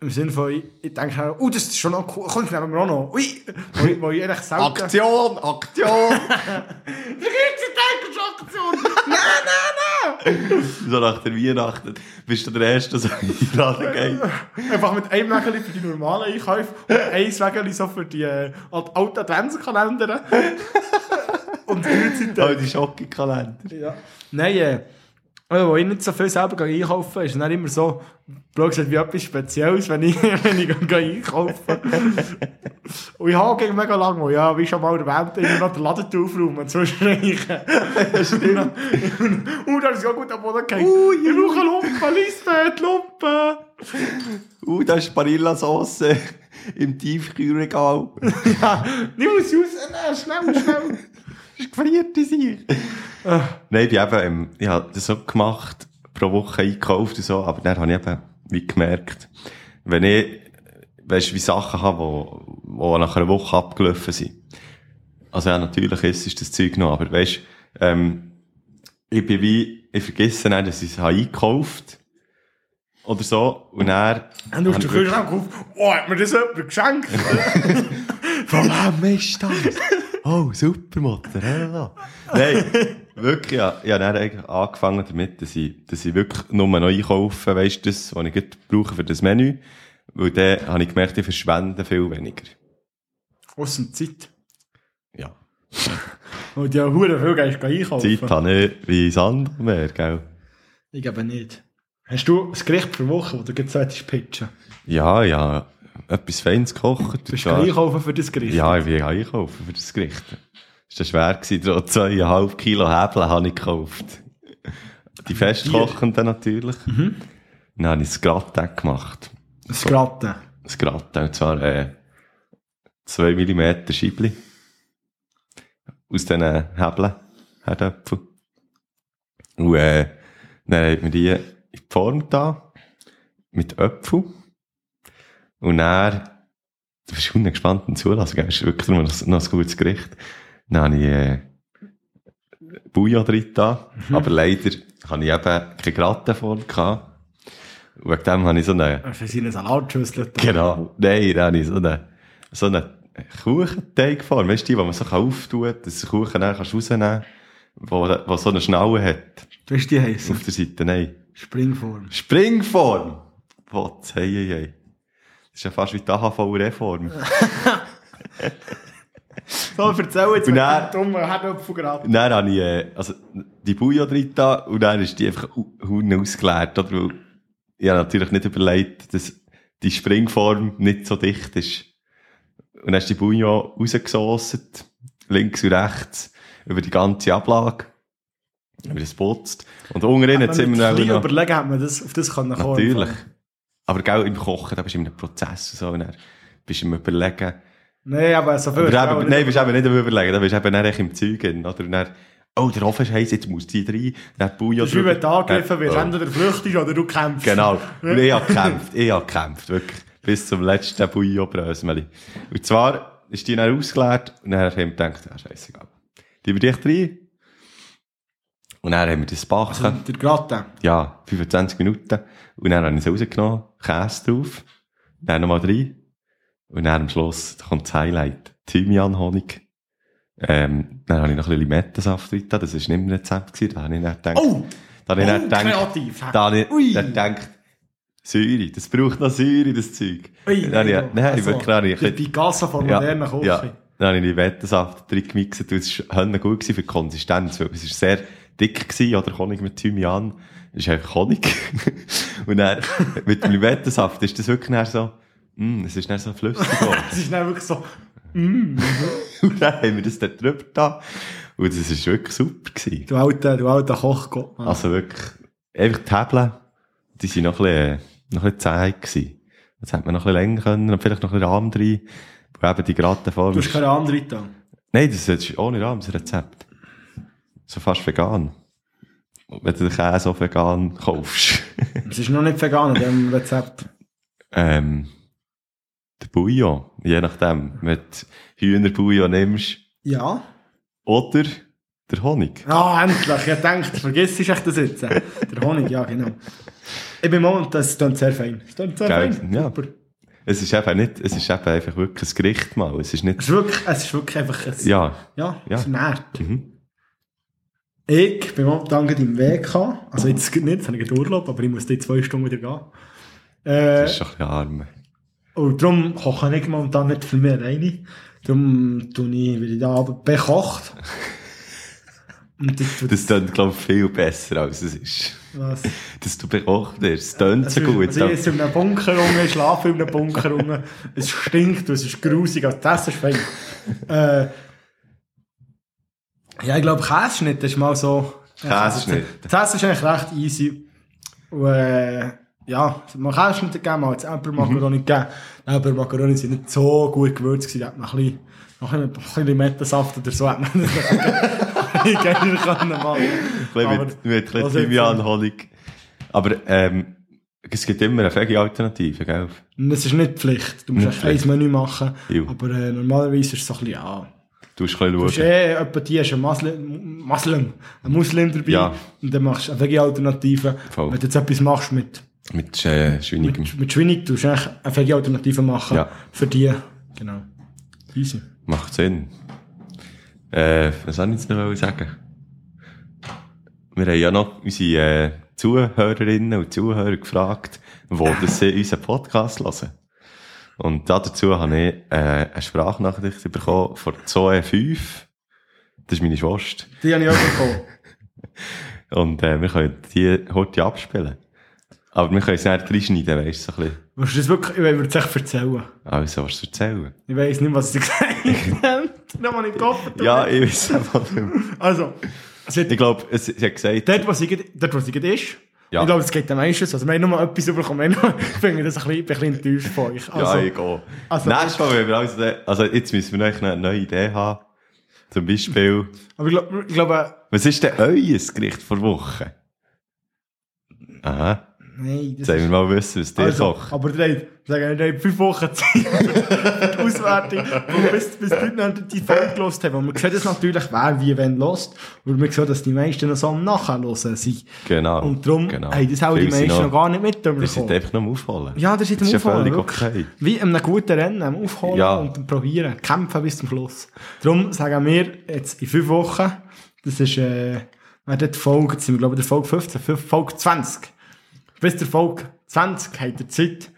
im Sinne von, ich, ich denke schnell, oh, das ist schon noch cool, komm, das nehmen wir auch noch. Ui, weil, ich- weil ich eigentlich selten...
Aktion, Aktion!
Der ganze Tag Aktion! nein, nein, nein!
So nach der Weihnachten bist du der Erste, der so in die Laden geht.
Einfach mit einem Wägeli für die normalen Einkäufe und eins Wägeli so für die äh, alt- alten Adventskalender. und
Oh,
Gürzeiten.
die Schocke-Kalender.
Ja. Nein, äh, also, wo ich nicht so viel selber gehe einkaufen ist dann immer so, blöd gesagt, wie etwas Spezielles, wenn ich, wenn ich gehe einkaufen Und ich habe gegen mega lange, weil ja, wie schon mal erwähnt, immer noch den Laden aufräumen, zu streichen. Stimmt. Und dann ist es auch gut am Boden gegangen. ich brauche Lumpen, Lisbeth, Lumpen!
Uh, da ist Barilla-Sauce im Tiefkühlregal.
Nimm es raus, äh, schnell, schnell.
ist gefriert in sich. Nein, ich, bin eben, ähm, ich habe das so gemacht, pro Woche einkauft und so, aber dann habe ich eben wie gemerkt, wenn ich, weißt du, wie Sachen habe, wo, wo nach einer Woche abgelaufen sind. Also ja, natürlich ist, ist das Zeug noch, aber weißt du, ähm, ich bin wie, ich vergesse dann, dass ich es habe einkauft oder so und dann...
Und du
habe
hast den
ich
Kühlschrank auf, oh, hat mir das jemand geschenkt?
Von wem ist Ah, das? Oh, super Mutter. hallo. Nein, wirklich, ja. Ich habe dann eigentlich angefangen damit, dass ich, dass ich wirklich nur noch einkaufe, weißt du, das, was ich gerade brauche für das Menü. Weil dann habe ich gemerkt, ich verschwende viel weniger.
Aus der Zeit.
Ja.
Und ja, Huren viel Geld einkaufen.
Zeit habe ich wie Sand mehr, gell?
Ich glaube nicht. Hast du das Gericht für Woche, das du jetzt solltest pitchen?
Ja, ja. Etwas Feines gekocht.
Du bist
Ja.
gegangen einkaufen für das Gericht?
Ja, ich bin einkaufen für das Gericht. Das war schwer, gewesen, trotz zweieinhalb Kilo Häbel habe ich gekauft. Die festkochenden natürlich. Dann habe ich das Gratin gemacht.
Das Gratten.
Das Gratin, und zwar äh, 2 mm Scheibli. Aus diesen Häbeln, Herdöpfel. Und äh, dann hat man die in die Form da mit Äpfel. Und dann, du bist schon gespannt im Zulassen, gell? Das ist wirklich nur noch, noch ein gutes Gericht. Dann habe ich äh, Bouillon drin da, aber leider hatte ich eben keine Gratte voll. Gehabt. Und wegen dem habe ich so eine
Für seine Salatschüssel.
Genau. Nein, dann habe ich so eine, so eine Kuchenteigform. Weißt du, die, die man so auftut, dass du den Kuchen dann kannst rausnehmen wo, wo so eine Schnalle hat.
Du hast die heißen.
Auf der Seite, nein.
Springform.
Springform! Was? Hey, hey, hey. Das ist ja fast wie die AHV-Reform.
So, erzähl jetzt
Und
mal
dann-
den dummen Herdöpfel gerade.
Dann habe ich äh, also, die Bouillon drin da und dann ist die einfach hu- Hunde ausgeleert. Oder? Weil Ich habe natürlich nicht überlegt, dass die Springform nicht so dicht ist. Und dann ist die Bouillon rausgesaucet, links und rechts, über die ganze Ablage, über das Putzt. Und unten drin hat es immer
noch...
noch...
überlegen, hat man das, auf das können kommen.
Natürlich. Aber gell, im Kochen, da bist du in einem Prozess und so, und dann bist du im Überlegen.
Nein, aber so viel.
Aber
ist auch
eben,
nicht.
nein, bist eben nicht am überlegen, dann bist du eben dann echt im Zeug. drin, Oder? Und Dann, oh, der Ofen ist heiß, jetzt muss die rein. Dann die Bouillon
Das ist wie wenn du
drüber.
angegriffen wirst.
Ja.
Entweder flüchtest oder du kämpfst.
Genau. Und ich habe gekämpft, ich habe gekämpft, wirklich. Bis zum letzten Bouillon-Brösmeli. Und zwar ist die dann ausgeleert und dann haben wir gedacht, ah, scheißegal. Die wir dich rein. Und dann haben wir das Backen.
Also, Der Gratten.
ja, 25 Minuten. Und dann habe ich es rausgenommen, Käse drauf, dann nochmal rein. Und dann am Schluss kommt das Highlight, Thymian-Honig. Ähm, dann habe ich noch ein bisschen Limettensaft drin, das war nicht im Rezept, gewesen. da habe ich dann gedacht,
Oh!
da habe ich dann
oh,
gedacht,
kreativ.
da habe ich
Ui.
dann gedacht, Säure, das braucht noch Säure, das Zeug.
Ui,
dann habe ich,
Edo.
nein,
Also,
wirklich, dann habe ich,
Der Picasso von moderner
ja,
Küche.
ja. Dann habe ich Limettensaft drin gemixt und es war höllen gut gewesen für die Konsistenz, weil es war sehr dick gewesen, oder Honig mit Thymian. Es ist einfach Honig. und dann, mit dem Limettensaft ist das wirklich dann so, mm, es ist dann so flüssig geworden.
Das ist dann wirklich so,
und dann haben wir das dort drüber da. Und es war wirklich super gewesen.
du alter, du alter Kochgott. Mann.
Also wirklich, einfach die Hebeln, die waren noch ein bisschen, noch ein bisschen zäh gewesen. Das hätte man noch ein bisschen länger können und vielleicht noch ein bisschen Rahm drin. Weil eben die gerade Form
du hast keine andere da.
Nein, das ist ohne Rahmen, das Rezept. So fast vegan. Wenn du den Käse auch vegan kaufst.
Es ist noch nicht vegan in diesem Rezept.
ähm, der Bouillon, je nachdem. Wenn du Hühnerbouillon nimmst.
Ja.
Oder der Honig.
Ah, endlich. Ich dachte, vergiss ich echt das jetzt. Der Honig, ja, genau. Ich bin momentan, das klingt sehr fein. Das klingt sehr
Geil,
fein.
ja.
Super.
Es ist eben nicht, es ist eben einfach wirklich ein Gericht mal. Es ist
Es
nicht,
ist wirklich, es ist wirklich einfach ein,
ja,
ja,
Ja.
es nährt.
mhm.
Ich bin momentan gerade im Weg. gehabt. Also jetzt gerade nicht, jetzt habe ich gerade Urlaub, aber ich muss die zwei Stunden wieder gehen. Äh,
Das ist doch ein bisschen arm.
und darum koche ich momentan nicht für mich alleine. Darum tue ich, weil ich da Abend bekocht. Und das tut
Das klingt, glaube ich, viel besser, als es ist.
was.
Dass du bekocht wirst. Es tönt so gut.
Also ich esse in einem Bunker rum, ich schlafe in einem Bunker rum. Es stinkt, und es ist grusig, also das ist fein. äh, ja, ich glaube, Käseschnitt ist mal so.
Käseschnitt.
Das ist eigentlich recht easy. Und, äh, ja, man kann es nicht gegeben, man hat es
Mhm.
Äpfelmakaroni gegeben. Die Äpfelmakaroni sind nicht so gut gewürzt gewesen, da hat man ein bisschen, noch ein bisschen Limettensaft oder so hat man nicht geiler können machen.
Ein bisschen
Aber-
mit, mit ein bisschen
Also jetzt-
Thymian, Honig. Aber ähm, es gibt immer eine fähige Alternative, gell?
Das ist nicht Pflicht. Du musst
Nicht
echt ein Menü machen.
Jo.
Aber äh, normalerweise ist es so ein bisschen, ja.
Du musst ein bisschen
Du hast
schauen.
eh jemanden, die ist ein Muslim, Muslim, ein Muslim dabei.
Ja.
Und dann machst du eine Veggie-Alternative.
Voll.
Wenn du jetzt etwas machst mit,
Mit äh, Schweinigem.
mit, mit Schweinig, du musst eigentlich eine Veggie-Alternative machen.
Ja.
Für die. Genau. Easy.
Macht Sinn. Äh, was soll ich jetzt noch sagen? Wir haben ja noch unsere äh, Zuhörerinnen und Zuhörer gefragt, wo das sie unseren Podcast hören. Und dazu habe ich äh, eine Sprachnachricht bekommen von Zoe 5. Das ist meine Schwester.
Die habe ich auch bekommen.
Und äh, wir können die heute abspielen. Aber wir können es nicht reinschneiden, weißt du, so ein bisschen.
Willst du das wirklich, ich würde es echt erzählen.
Also, was zu erzählen?
Ich weiß nicht, was sie gesagt haben. Da habe ich den Kopf.
Ja, ich weiß aber nicht mehr.
Also, es hat
Ich glaube, es- sie hat gesagt,
Dort, wo sie, gerade- dort, wo sie gerade ist.
Ja.
Ich glaube, es geht am meisten so. Also, wir haben nur mal etwas überkommen. Ich finde das ein bisschen, ich bin ein bisschen enttäuscht von euch. Also,
ja, ich gehe.
also-
Nächstes Mal, wenn wir also, dann- also, jetzt müssen wir noch eine neue Idee haben. Zum Beispiel,
aber ich glaube, ich glaube,
was ist denn euer Gericht vor Woche? Aha,
nein,
jetzt
das
wollen wir mal wissen, was der
also,
kocht.
aber ihr habt, sagen wir, ihr habt fünf Wochen Zeit für die Auswertung, und bis, bis die Leute noch die Folge gelost haben. Und wir sehen das natürlich, wer wie wenn lost. Und wir sehen, dass die meisten noch so am Nachhören sind.
Genau.
Und darum
genau.
haben das auch die
Viele sind
meisten noch, gar nicht
Ihr seid
mitbekommen.
einfach noch am Aufholen.
Ja, das ist
Das
im
ist ja
Aufholen.
völlig
wirklich.
okay.
Wie in einem guten Rennen, am Aufholen
Ja.
und am Probieren. Kämpfen bis zum Schluss. Darum sagen wir jetzt in fünf Wochen, das ist, äh, wir die Folge, jetzt sind wir, glaube ich, der Folge 15, fünf- Folge 20. Bis der Folge 20 habt ihr Zeit.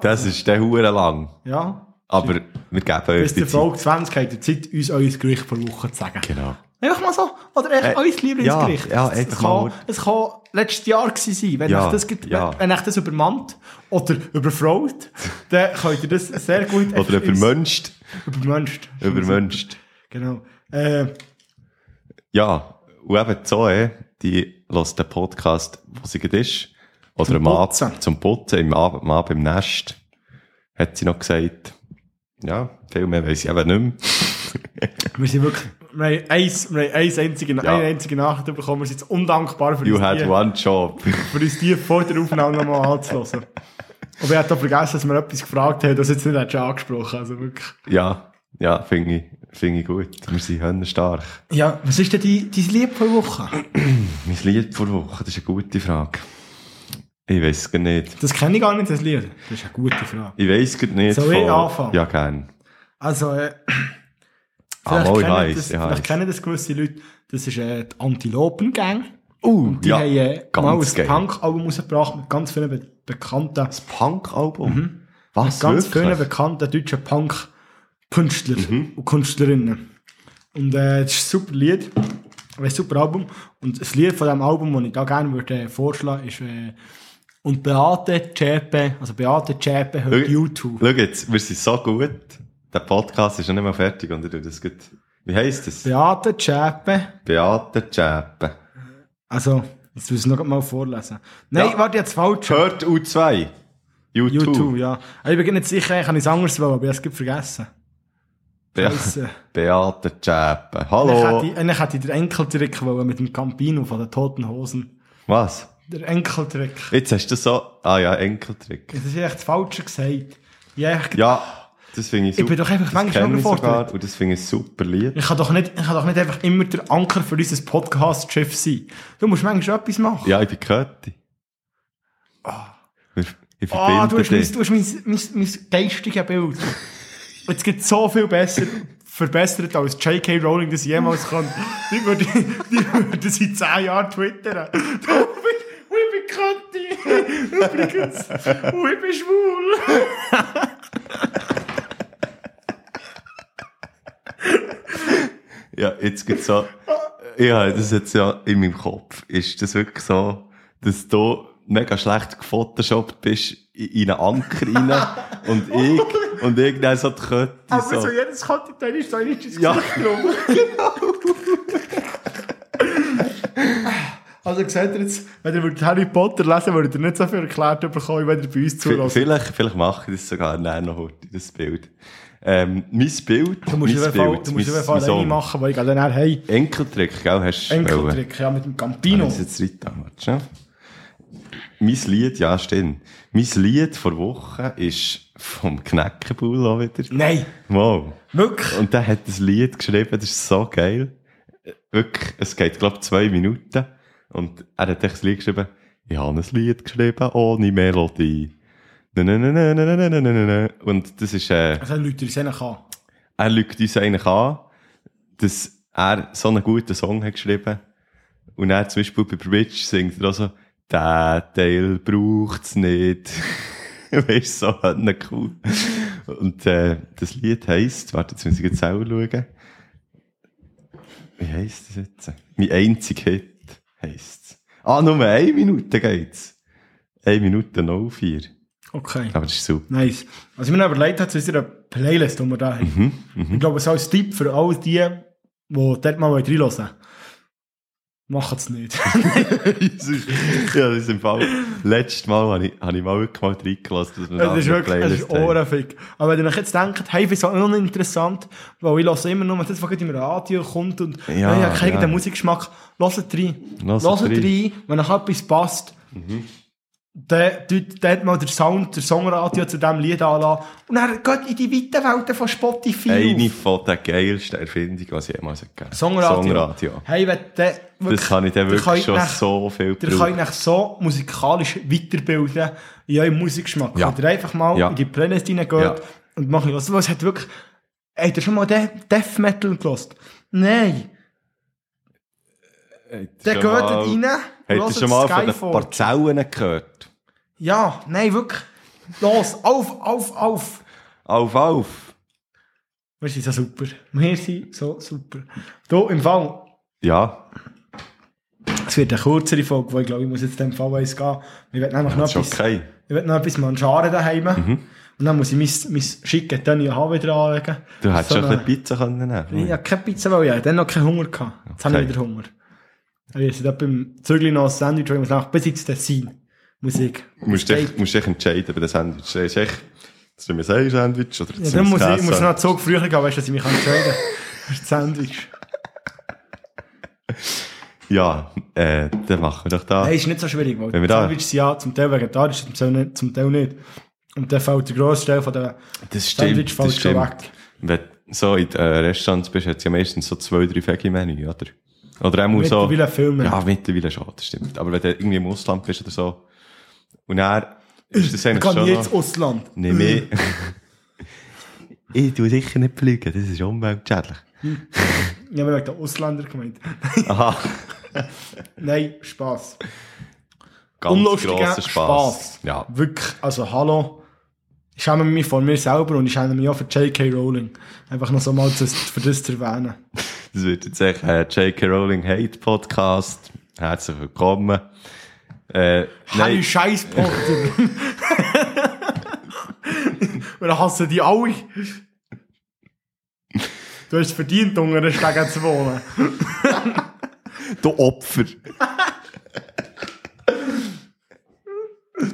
Das ist der Huren lang.
Ja.
Aber wir geben euch
Bis
die
der
Zeit.
Folge 20 habt ihr Zeit, uns euer Gericht pro Woche zu sagen.
Genau.
Einfach mal so. Oder echt
Äh,
euer Lieblingsgericht.
ja, ja,
es, es,
einfach
kann,
mal.
es kann letztes Jahr gewesen sein. Wenn,
Ja,
euch das, gibt-
ja.
wenn euch das übermannt oder überfraut, dann könnt ihr das sehr gut
Oder übermünscht.
Übermünscht.
Übermünscht.
Genau. Äh,
Ja, und eben die Zoe, die hört den Podcast, wo sie gerade ist. Oder
Zum
am Abend
Putzen.
zum Putzen, im Abend, am Abend im Nest, hat sie noch gesagt. Ja, viel mehr weiss ich eben nicht mehr.
wir sind wirklich... Wir haben, eins, wir haben eins einzige,
Ja.
eine einzige Nachricht bekommen. Wir sind jetzt undankbar für
You
uns,
had
die,
one job.
für uns die vor der Aufnahme nochmal anzuhören. Aber ich hatte auch vergessen, dass wir etwas gefragt haben, das jetzt nicht hättest angesprochen. Also wirklich.
ja, ja, finde ich, finde ich gut. Wir sind hörnerstark.
Ja, was ist denn dein, dein Lied pro Woche?
Mein Lied vor Woche, das ist eine gute Frage. Ich weiss es gar nicht.
Das kenne ich gar nicht, das Lied. Das ist eine gute Frage.
Ich weiss gar nicht.
Soll ich
von-
anfangen?
Ja, gern.
Also, äh,
Ah,
vielleicht,
mal, ich
kennen
weiss,
das,
ich
vielleicht
weiss.
kennen das gewisse Leute. Das ist äh, die Antilopen-Gang. Und die
ja,
haben äh,
ganz
mal
geil.
ein Punk-Album rausgebracht mit ganz vielen be bekannten
Punk-Album? Was?
Mhm.
wirklich?
ganz
Mhm.
vielen bekannten deutschen Punk-Künstler und Künstlerinnen. Und äh, das ist ein super Lied, ein super Album. Und das Lied von diesem Album, das ich da gerne würde äh, vorschlagen, ist äh, und Beate Zschäpe, also Beate Zschäpe hört YouTube.
Schau jetzt, wir sind so gut. Der Podcast ist noch nicht mal fertig und ich tue das gut. Wie heisst das?
Beate Zschäpe,
Beate Zschäpe.
also jetzt muss ich es noch mal vorlesen. Nein,
Ja.
warte, jetzt falsch.
Hört U2. U2.
YouTube, ja. Aber Ich bin nicht sicher, ich habe es anders wollen, aber ich habe es gerade vergessen.
Be
Scheisse.
Beate Zschäpe.
Eigentlich
Hallo.
hätte ich- Eigentlich hätte ich den Enkeltrick wollen mit dem Campino von den Toten Hosen.
Was?
Der Enkeltrick.
Jetzt hast du so... Ah ja, Enkeltrick.
Das ist echt das Falsche gesagt. Ja, ich,
Ja, das finde ich
ich
super.
bin doch einfach
das
manchmal
kenne ich
überfordert.
sogar und das finde ich ein super Lied.
Ich kann, doch nicht, ich kann doch nicht einfach immer der Anker für dieses Podcast-Schiff sein. Du musst manchmal etwas machen.
Ja, ich bin Kötti. Wir- Ich verbinde
Ah, du hast, mein,
dich.
du hast mein, mein, mein geistiges Bild. Jetzt gibt es so viel besser, verbessert, als J.K. Rowling das jemals kann. Die würde, die würde sie in 10 Jahren twittern. Du, ich bin Conti. Übrigens, und ich bin schwul.
Ja, jetzt gibt's so. Ja, das ist jetzt ja in meinem Kopf. Ist das wirklich so, dass du mega schlecht gefotoshoppt bist in einen Anker rein und ich, und ich dann so die Kötte
Aber
so.
so jedes Conti-Teil ist so ein ins
Ja.
Gesicht genommen. Also seht ihr jetzt, wenn ihr würdet Harry Potter lesen würdet ihr nicht so viel erklärt bekommen, wenn ihr bei uns
V-
zulässt.
Vielleicht, vielleicht mache ich das sogar nachher noch heute, das Bild. Ähm, mein Bild,
Du musst
mein
auf jeden Fall, du musst auf jeden Fall alleine machen, weil ich gehe dann nachher hey,
Enkeltrick, gell, hast du wollen.
Enkeltrick, ja, mit dem
Habe
Campino.
ich es jetzt richtig gemacht, ne? Mein Lied, ja, stimmt. Mein Lied vor Woche ist vom Kneckenbull auch wieder.
Nein,
Wow.
wirklich.
Und der hat das Lied geschrieben, das ist so geil. Äh, Wirklich, es geht, glaube ich, zwei Minuten. Und er hat echt das Lied geschrieben, ich habe ein Lied geschrieben ohne Melodie. Na, na, na, na, na, na, na, na, na, na. Und das ist, äh,
Also Leute, die sehen kann.
er lügt uns eigentlich an, dass er so einen guten Song hat geschrieben. Und er zum Beispiel bei Bridge singt er auch so, der Teil braucht's nicht. weißt du, so hörne cool. Und, äh, das Lied heisst, warte, jetzt muss ich jetzt selber schauen. Wie heisst das jetzt? Mein einzig Hit heisst's. Ah, nur eine Minute geht's. Eine Minute 04.
Okay.
Aber das ist super.
Nice. Was ich mir noch überlegt habe, zu unserer Playlist, die wir da haben.
Mhm, mhm.
Ich glaube, so als Tipp für all die, die dort mal reinhören wollen. Machen es nicht.
Das ist- ja, das ist im Fall. Letztes Mal habe ich, habe ich mal wirklich mal reingelassen, dass wir
Das ist
eine
wirklich das ist
haben.
Ohrenfick. Aber wenn ihr euch jetzt denkt, hey, ist das uninteressant, weil ich höre immer nur das, was gerade im Radio kommt und ja, ich
Ja,
habe keinen
ja.
Musikgeschmack, hört rein.
Hört
Hört rein, wenn euch etwas passt, dann tut dort mal der Sound, der Songradio zu diesem Lied anlassen und dann geht in die weiten Welten von Spotify
Eine
auf.
von der geilsten Erfindungen, die es jemals gegeben hat.
Songradio.
Songradio.
Hey, wenn der,
Das kann ich dann
der
wirklich
kann
schon
nach-
so viel
Ihr könnt
brauchen.
euch so musikalisch weiterbilden in eurem Musikgeschmack.
Ja.
Wenn ihr einfach mal
Ja.
in die Playlist reingeht
Ja.
und macht was. Was hat wirklich. Habt ihr schon mal De Death Metal gelost? Nein! Der geht dort rein. und
Habt ihr
hört
schon mal von den
Skyfall.
Parzellen gehört?
Ja, nein, wirklich. Los, auf, auf, auf!
Auf, auf!
Wir sind so super. Wir sind so super. Du, im Fall,
Ja,
es wird eine kürzere Folge, weil ich glaube, ich muss jetzt dem Fall eins gehen. Wir werden nämlich
das
noch
ist
etwas.
okay.
Ich will noch etwas Manscharen daheim.
Mhm.
Und dann muss ich mein, mein schicken Tönny auch wieder anlegen.
Du hättest schon ein
eine-
bisschen Pizza können nehmen
Ich habe keine Pizza, weil ich hatte dann noch keinen Hunger hatte. Jetzt habe
Okay.
ich wieder Hunger. Also Ich habe beim Zügli noch ein Sandwich, weil ich muss nach bis ins Tessin. Musik.
Du musst dich, musst dich entscheiden bei den Sandwich. Du sagst echt, sollen wir ein Sandwich oder sollen
Ja, dann
wir
muss
das
ich, ich muss
Käse?
noch einen Zug früher gehen, weißt du, dass ich mich entscheiden kann. Das ist ein Sandwich.
Ah. Ja, äh, dann machen wir doch da.
Nein, ist nicht so schwierig, weil
Wenn wir
die
da-
Sandwiches sind ja zum Teil vegetarisch, zum Teil nicht. Zum Teil nicht. Und dann fällt der grosse Teil von der
Das stimmt,
Sandwich fällt
das
schon
stimmt.
weg.
Wenn du so in den äh, Restaurants bist, hat ja meistens so zwei, drei Veggie-Menü, oder? Oder auch so...
Mittlerweile viel mehr.
Ja, mittlerweile schon, das stimmt. eh, Aber wenn du irgendwie im Ausland bist oder so und er ist das
Ich
eigentlich
kann
schon
nie ins
noch...
Ausland.
Nee, mehr. ich tue sicher nicht fliegen, das ist umweltschädlich.
Ich habe wegen der Ausländer gemeint.
Aha,
Nein, Spass.
ganz grosser Spass. Ja,
Wirklich, also hallo. Ich schäme mich von mir selber und ich schäme mich auch für J.K. Rowling. Einfach noch so mal zu, für das zu erwähnen.
das wird jetzt echt äh, J.K. Rowling Hate Podcast. Herzlich willkommen. Äh,
Hey,
nein,
scheiß Potter! Wir hassen die alle. Du hast es verdient, unter den Stegen zu wohnen.
du Opfer.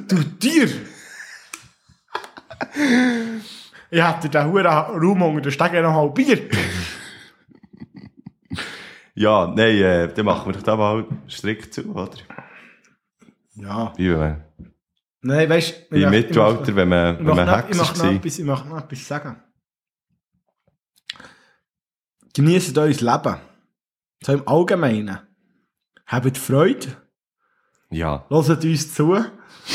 Du Tier! Ich hätte den Huren Raum unter den Stegen noch halbiert.
Ja, nein, äh, dann machen wir doch da mal strikt zu, oder?
Ja.
Wie wenn man-
Nein, weißt du,
Im Mittelalter, wenn man, wenn
Ich mache
man
noch, ich
Hexer
mach noch
war.
etwas, ich mach noch etwas sagen. Genießt euer Leben. So im Allgemeinen. Habt Freude.
Ja.
Hört uns zu.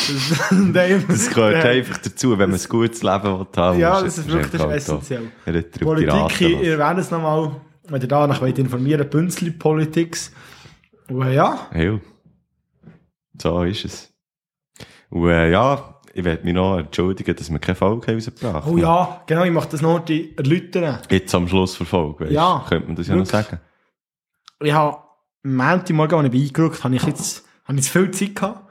Und eben-
Das gehört
Ja.
einfach dazu, wenn man ein gutes Leben will haben
Äh, Ja,
musst du-
das ist
musst
wirklich
einfach auch
essentiell.
da Ritter und
Politik,
Piraten also.
ich
lassen.
erwähne es nochmal, wenn ihr danach wollt informieren, Bünzli Politics. Und ja,
Ja. So ist es. Und äh, ja, ich werde mich noch entschuldigen, dass wir keine Folge haben rausgebracht
oh ja, genau, ich mache das noch die erläutern.
Jetzt am Schluss der Folge, weißt
Ja.
Könnte man das ja noch
Wirklich.
sagen.
Ich habe am Montagmorgen, als ich eingerückt habe, ich jetzt, habe ich zu viel Zeit gehabt.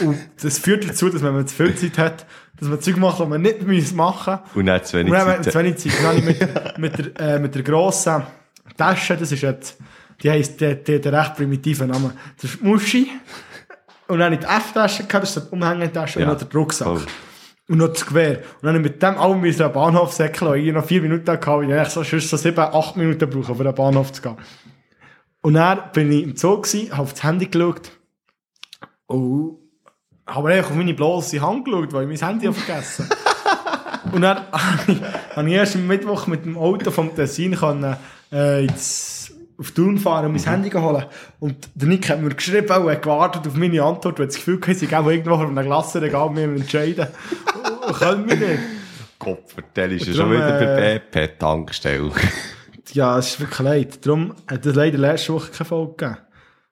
Und das führt dazu, dass wenn man zu viel Zeit hat, dass man Zeug macht, die man nicht müssen machen muss.
Und nicht zu wenig
Und dann,
Zeit.
zu wenig Zeit. Dann habe ich mit, mit, der, äh, mit der grossen Tasche, das ist jetzt, die heisst, die, die hat einen recht primitiven Namen. Das ist die Muschi. Und dann habe ich die F-Tasche gehabt, das ist die Umhängetasche
Ja.
und noch der Rucksack.
Voll.
Und noch das Gewehr. Und dann habe ich mit dem allem müssen an den Bahnhof säckeln, weil ich noch vier Minuten hatte, weil ich eigentlich so, sonst so sieben, acht Minuten brauche, um an den Bahnhof zu gehen. Und dann bin ich im Zug gewesen, habe auf das Handy geschaut. Und habe einfach auf meine bloße Hand geschaut, weil ich mein Handy habe vergessen Und dann habe ich, habe ich erst am Mittwoch mit dem Auto vom Tessin können, äh, ins, auf Thun fahren und mein Handy holen. Und der Nick hat mir geschrieben und hat gewartet auf meine Antwort, weil das Gefühl hatte, ich auch irgendwo auf einem Glassenregal mir entscheiden. Und können wir nicht.
Kopf, der ist ja
Und
schon
darum,
wieder bei
äh,
BP Tankstelle.
Ja, es ist wirklich leid. Darum hat es leider letzte Woche keine Folge gegeben.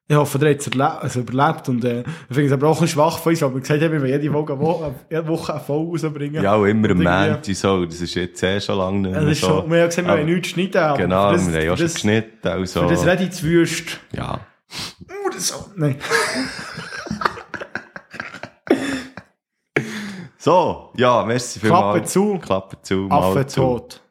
Ich hoffe, der hat es erle- also überlebt und äh, ich finde es aber auch ein bisschen schwach von uns, weil wir gesagt haben, wir wollen jede Woche, wo äh, jede Woche eine Folge rausbringen.
ja, und immer am
Und irgendwie-
Montag so. Das ist jetzt eh schon lange nicht
Das
mehr
ist
so.
schon, wir haben gesehen, wir
Aber-
wollen nichts schneiden. aber
Genau,
für das-
wir haben ja
für
schon
das-
geschnitten. Also,
Für das rede ich zu wüst.
ja.
Oder so. Nein.
So, ja, merci vielmals.
Klappe zu.
Klappe zu. Maul
Affe tot.